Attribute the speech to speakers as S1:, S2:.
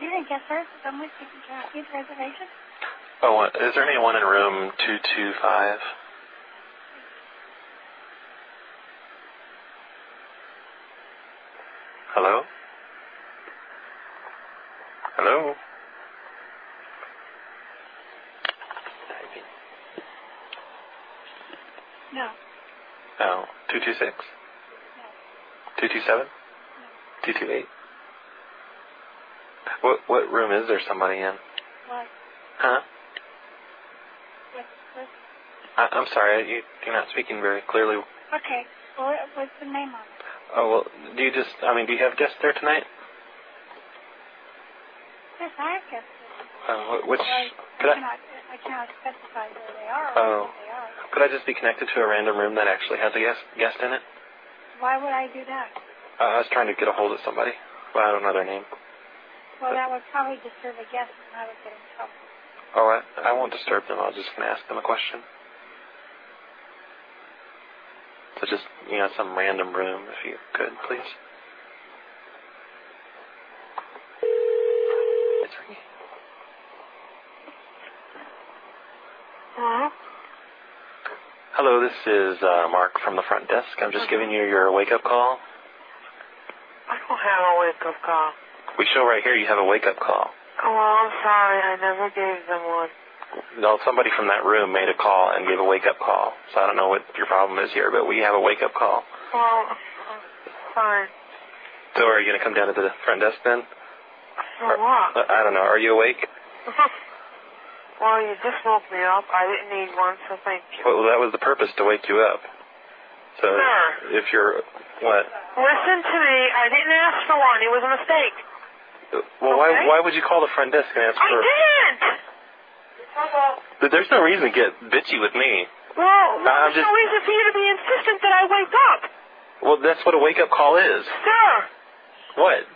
S1: You didn't get hers. Someone taking care of you. Reservation?
S2: Oh, is there anyone in room 225? Hello? Hello?
S1: No.
S2: No. 226?
S1: No.
S2: 227? 228? What, what room is there somebody in?
S1: What?
S2: Huh?
S1: What? What?
S2: I, I'm sorry, you, you're not speaking very clearly.
S1: Okay. What, what's the name on it?
S2: Oh, well, do you just, I mean, do you have guests there tonight?
S1: Yes, I have guessed it.
S2: Uh, what, which,
S1: Well, I,
S2: could I,
S1: cannot, I cannot specify where they are or
S2: Oh.
S1: who they are.
S2: could I just be connected to a random room that actually has a guest, guest in it?
S1: Why would I do that?
S2: Uh, I was trying to get a hold of somebody, but I don't know their name.
S1: Well, that would probably disturb a guest and I would get in trouble.
S2: Oh, I, I won't disturb them. I was just going to ask them a question. So just, you know, some random room, if you could, please. It's ringing.
S1: Huh?
S2: Hello, this is uh, Mark from the front desk.
S1: Uh-huh.
S2: I'm just giving you your wake-up call.
S3: I don't have a wake up call.
S2: We show right here you have a wake-up call.
S3: Oh, I'm sorry. I never gave them one.
S2: No, somebody from that room made a call and gave a wake-up call. So I don't know what your problem is here, but we have a wake-up call.
S3: Well, I'm sorry.
S2: So are you going to come down to the front desk then?
S3: For what?
S2: Uh, I don't know. Are you awake?
S3: well, you just woke me up. I didn't need one, so thank you.
S2: Well, that was the purpose to wake you up. So
S3: Sure.
S2: if you're what?
S3: Listen to me. I didn't ask for one. It was a mistake.
S2: Well, why
S3: Okay.
S2: why would you call the front desk and ask
S3: I
S2: for?
S3: didn't!
S2: But There's no reason to get bitchy with me.
S3: Well, no,
S2: I'm
S3: there's
S2: just-
S3: no reason for you to be insistent that I wake up.
S2: Well, that's what a wake up call is.
S3: Sir,
S2: What?